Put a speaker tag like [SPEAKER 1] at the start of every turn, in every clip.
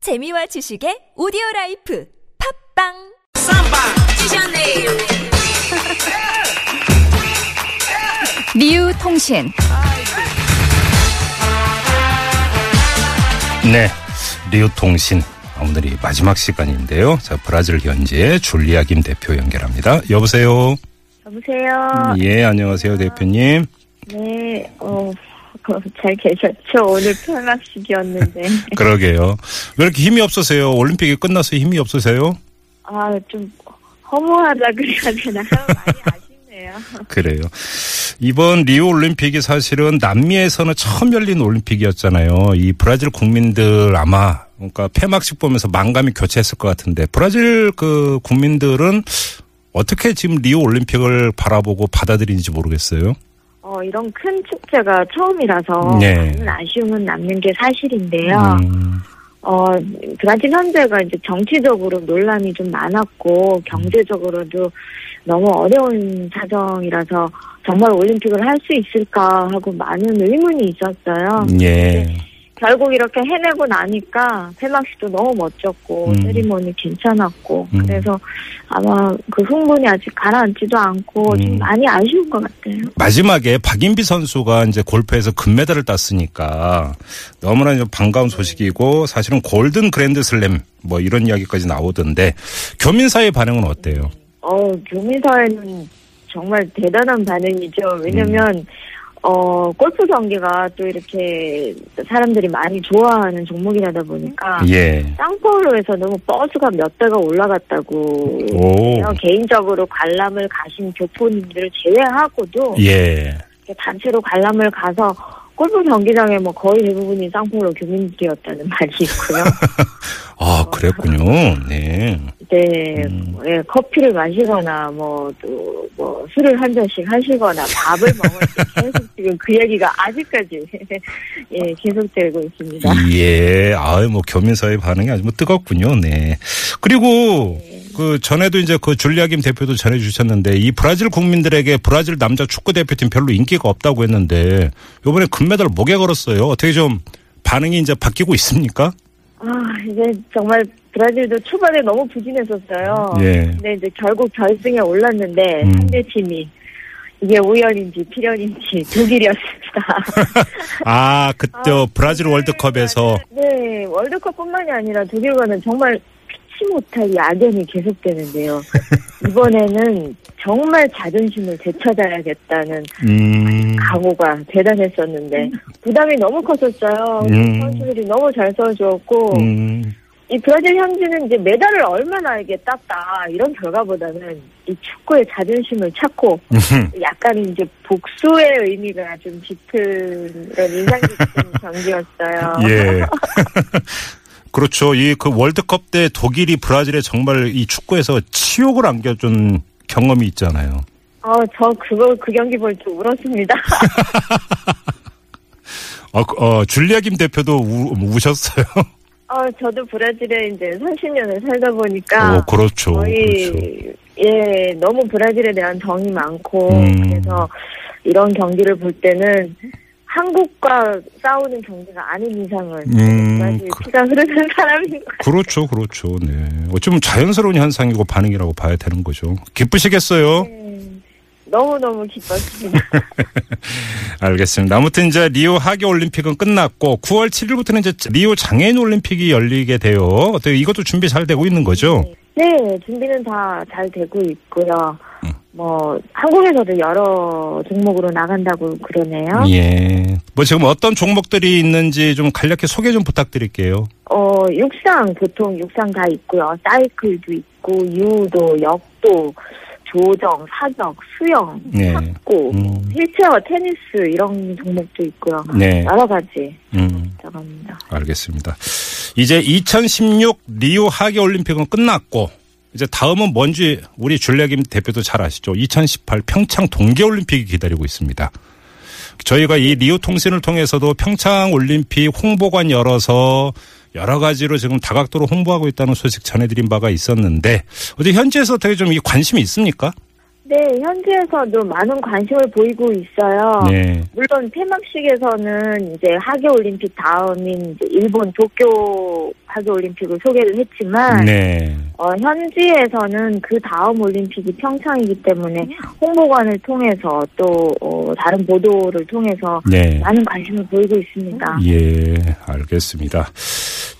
[SPEAKER 1] 재미와 지식의 오디오 라이프 팝빵
[SPEAKER 2] 리우 통신
[SPEAKER 3] 네, 리우통신 아, 오늘이 마지막 시간인데요. 자, 브라질 현지의 줄리아 김 대표 연결합니다. 여보세요.
[SPEAKER 4] 여보세요.
[SPEAKER 3] 예, 안녕하세요, 대표님.
[SPEAKER 4] 네, 어, 어, 잘 계셨죠? 오늘 편락식이었는데.
[SPEAKER 3] 그러게요. 왜 이렇게 힘이 없으세요? 올림픽이 끝나서 힘이 없으세요?
[SPEAKER 4] 아, 좀 허무하다 그래야 되나? 많이 아쉽네요.
[SPEAKER 3] 그래요. 이번 리우 올림픽이 사실은 남미에서는 처음 열린 올림픽이었잖아요. 이 브라질 국민들 아마 그러니까 폐막식 보면서 망감이 교체했을 것 같은데 브라질 그 국민들은 어떻게 지금 리우 올림픽을 바라보고 받아들이는지 모르겠어요.
[SPEAKER 4] 어, 이런 큰 축제가 처음이라서
[SPEAKER 3] 네.
[SPEAKER 4] 많은 아쉬움은 남는 게 사실인데요.
[SPEAKER 3] 음.
[SPEAKER 4] 어, 브라질 현재가 이제 정치적으로 논란이 좀 많았고 경제적으로도 너무 어려운 사정이라서 정말 올림픽을 할 수 있을까 하고 많은 의문이 있었어요. 네.
[SPEAKER 3] 예.
[SPEAKER 4] 결국 이렇게 해내고 나니까 폐막식도 너무 멋졌고
[SPEAKER 3] 음.
[SPEAKER 4] 세리머니 괜찮았고
[SPEAKER 3] 음.
[SPEAKER 4] 그래서 아마 그 흥분이 아직 가라앉지도 않고
[SPEAKER 3] 음.
[SPEAKER 4] 좀 많이 아쉬운 것 같아요.
[SPEAKER 3] 마지막에 박인비 선수가 이제 골프에서 금메달을 땄으니까 너무나 좀 반가운 소식이고 사실은 골든 그랜드슬램 뭐 이런 이야기까지 나오던데 교민사의 반응은 어때요?
[SPEAKER 4] 어 교민사회는 정말 대단한 반응이죠. 왜냐면
[SPEAKER 3] 음.
[SPEAKER 4] 어 골프 경기가 또 이렇게 사람들이 많이 좋아하는 종목이라다 보니까
[SPEAKER 3] 예.
[SPEAKER 4] 쌍포로에서 너무 버스가 몇 대가 올라갔다고
[SPEAKER 3] 오.
[SPEAKER 4] 해요. 개인적으로 관람을 가신 교포님들을 제외하고도
[SPEAKER 3] 예.
[SPEAKER 4] 이렇게 단체로 관람을 가서 골프 경기장에 뭐 거의 대부분이 쌍포로 교민들이었다는 말이 있고요.
[SPEAKER 3] 아 그랬군요. 네.
[SPEAKER 4] 네,
[SPEAKER 3] 음.
[SPEAKER 4] 예, 커피를 마시거나 뭐 또 뭐 술을 한 잔씩 하시거나 밥을 먹을 때 계속 지금 그 얘기가 아직까지 예 계속되고 있습니다.
[SPEAKER 3] 예. 아유 뭐 교민사의 반응이 아주 뭐 뜨겁군요. 네. 그리고 그 전에도 이제 그 줄리아 김 대표도 전해 주셨는데 이 브라질 국민들에게 브라질 남자 축구 대표팀 별로 인기가 없다고 했는데 요번에 금메달 목에 걸었어요. 어떻게 좀 반응이 이제 바뀌고 있습니까?
[SPEAKER 4] 아 이제 정말 브라질도 초반에 너무 부진했었어요.
[SPEAKER 3] 예.
[SPEAKER 4] 근데 이제 결국 결승에 올랐는데
[SPEAKER 3] 음.
[SPEAKER 4] 상대 팀이 이게 우연인지 필연인지 독일이었습니다.
[SPEAKER 3] 아, 그때 브라질 월드컵에서
[SPEAKER 4] 네, 월드컵뿐만이 아니라 독일과는 정말 피치 못할 야견이 계속되는데요. 이번에는 정말 자존심을 되찾아야겠다는
[SPEAKER 3] 음.
[SPEAKER 4] 각오가 대단했었는데 부담이 너무 컸었어요. 그
[SPEAKER 3] 음.
[SPEAKER 4] 선수들이 너무 잘 써주었고
[SPEAKER 3] 음.
[SPEAKER 4] 이 브라질 현지는 이제 메달을 얼마나 이게 땄다 이런 결과보다는 이 축구의 자존심을 찾고
[SPEAKER 3] 음.
[SPEAKER 4] 약간 이제 복수의 의미가 좀 짙은 그런 인상 깊은 경기였어요.
[SPEAKER 3] 예. 그렇죠. 이 그 월드컵 때 독일이 브라질에 정말 이 축구에서 치욕을 안겨준 경험이 있잖아요.
[SPEAKER 4] 아, 저 그거 그 경기 볼 때 울었습니다.
[SPEAKER 3] 어, 그, 어, 줄리아 김 대표도 우, 우셨어요.
[SPEAKER 4] 아, 저도 브라질에 이제 30년을 살다 보니까
[SPEAKER 3] 어, 그렇죠.
[SPEAKER 4] 아, 거의
[SPEAKER 3] 그렇죠.
[SPEAKER 4] 예 너무 브라질에 대한 정이 많고
[SPEAKER 3] 음.
[SPEAKER 4] 그래서 이런 경기를 볼 때는 한국과 싸우는 경기가 아닌 이상은
[SPEAKER 3] 음,
[SPEAKER 4] 브라질
[SPEAKER 3] 그,
[SPEAKER 4] 피가 흐르는 사람인 것
[SPEAKER 3] 그렇죠, 그렇죠. 네. 어쩌면 자연스러운 현상이고 반응이라고 봐야 되는 거죠.
[SPEAKER 4] 네.
[SPEAKER 3] 기쁘시겠어요?
[SPEAKER 4] 같아요. 너무 너무 기뻤습니다.
[SPEAKER 3] 알겠습니다. 아무튼 이제 리오 하계 올림픽은 끝났고 9월 7일부터는 이제 리오 장애인 올림픽이 열리게 돼요. 어떻게 이것도 준비 잘 되고 있는 거죠?
[SPEAKER 4] 네 준비는 다 잘 되고 있고요.
[SPEAKER 3] 음.
[SPEAKER 4] 뭐 한국에서도 여러 종목으로 나간다고 그러네요.
[SPEAKER 3] 예. 뭐 지금 어떤 종목들이 있는지 좀 간략히 소개 좀 부탁드릴게요.
[SPEAKER 4] 어, 육상, 보통 육상 다 있고요. 사이클도 있고, 유도, 역도, 조정, 사격, 수영,
[SPEAKER 3] 네.
[SPEAKER 4] 탁구,
[SPEAKER 3] 음.
[SPEAKER 4] 휠체어, 테니스 이런 종목도 있고요.
[SPEAKER 3] 네.
[SPEAKER 4] 여러 가지
[SPEAKER 3] 음.
[SPEAKER 4] 들어갑니다.
[SPEAKER 3] 알겠습니다. 이제 2016 리오 하계 올림픽은 끝났고 이제 다음은 뭔지 우리 줄레김 대표도 잘 아시죠. 2018 평창 동계 올림픽이 기다리고 있습니다. 저희가 이 리오 통신을 통해서도 평창 올림픽 홍보관 열어서 여러 가지로 지금 다각도로 홍보하고 있다는 소식 전해드린 바가 있었는데 어제 현지에서 되게 좀 이 관심이 있습니까?
[SPEAKER 4] 네, 네, 현지에서도 많은 관심을 보이고 있어요.
[SPEAKER 3] 네.
[SPEAKER 4] 물론 폐막식에서는 이제 하계 올림픽 다음인 이제 일본 도쿄 하계 올림픽을 소개를 했지만
[SPEAKER 3] 네.
[SPEAKER 4] 어, 현지에서는 그 다음 올림픽이 평창이기 때문에 홍보관을 통해서 또 어, 다른 보도를 통해서
[SPEAKER 3] 네.
[SPEAKER 4] 많은 관심을 보이고 있습니다.
[SPEAKER 3] 예, 알겠습니다.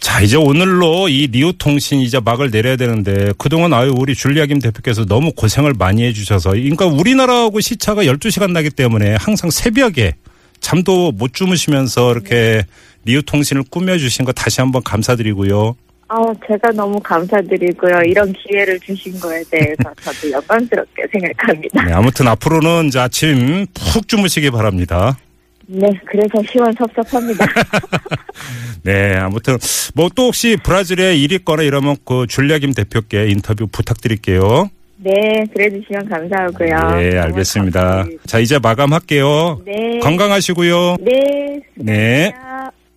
[SPEAKER 3] 자, 이제 오늘로 이 리오 통신 이제 막을 내려야 되는데 그동안 아유 우리 줄리아 김 대표께서 너무 고생을 많이 해 주셔서 그러니까 우리나라하고 시차가 12시간 나기 때문에 항상 새벽에 잠도 못 주무시면서 이렇게 리오 통신을 꾸며 주신 거 다시 한번 감사드리고요.
[SPEAKER 4] 아, 제가 너무 감사드리고요. 이런 기회를 주신 거에 대해서 저도 영광스럽게 생각합니다.
[SPEAKER 3] 네, 아무튼 앞으로는 이제 아침 푹 주무시기 바랍니다.
[SPEAKER 4] 네, 그래서 시원섭섭합니다.
[SPEAKER 3] 네, 아무튼 뭐 또 혹시 브라질에 일이 있거나 이러면 그 줄리아 김 대표께 인터뷰 부탁드릴게요.
[SPEAKER 4] 네, 그래주시면 감사하고요.
[SPEAKER 3] 네, 알겠습니다.
[SPEAKER 4] 정말 감사드립니다.
[SPEAKER 3] 자, 이제 마감할게요.
[SPEAKER 4] 네.
[SPEAKER 3] 건강하시고요.
[SPEAKER 4] 네.
[SPEAKER 3] 네.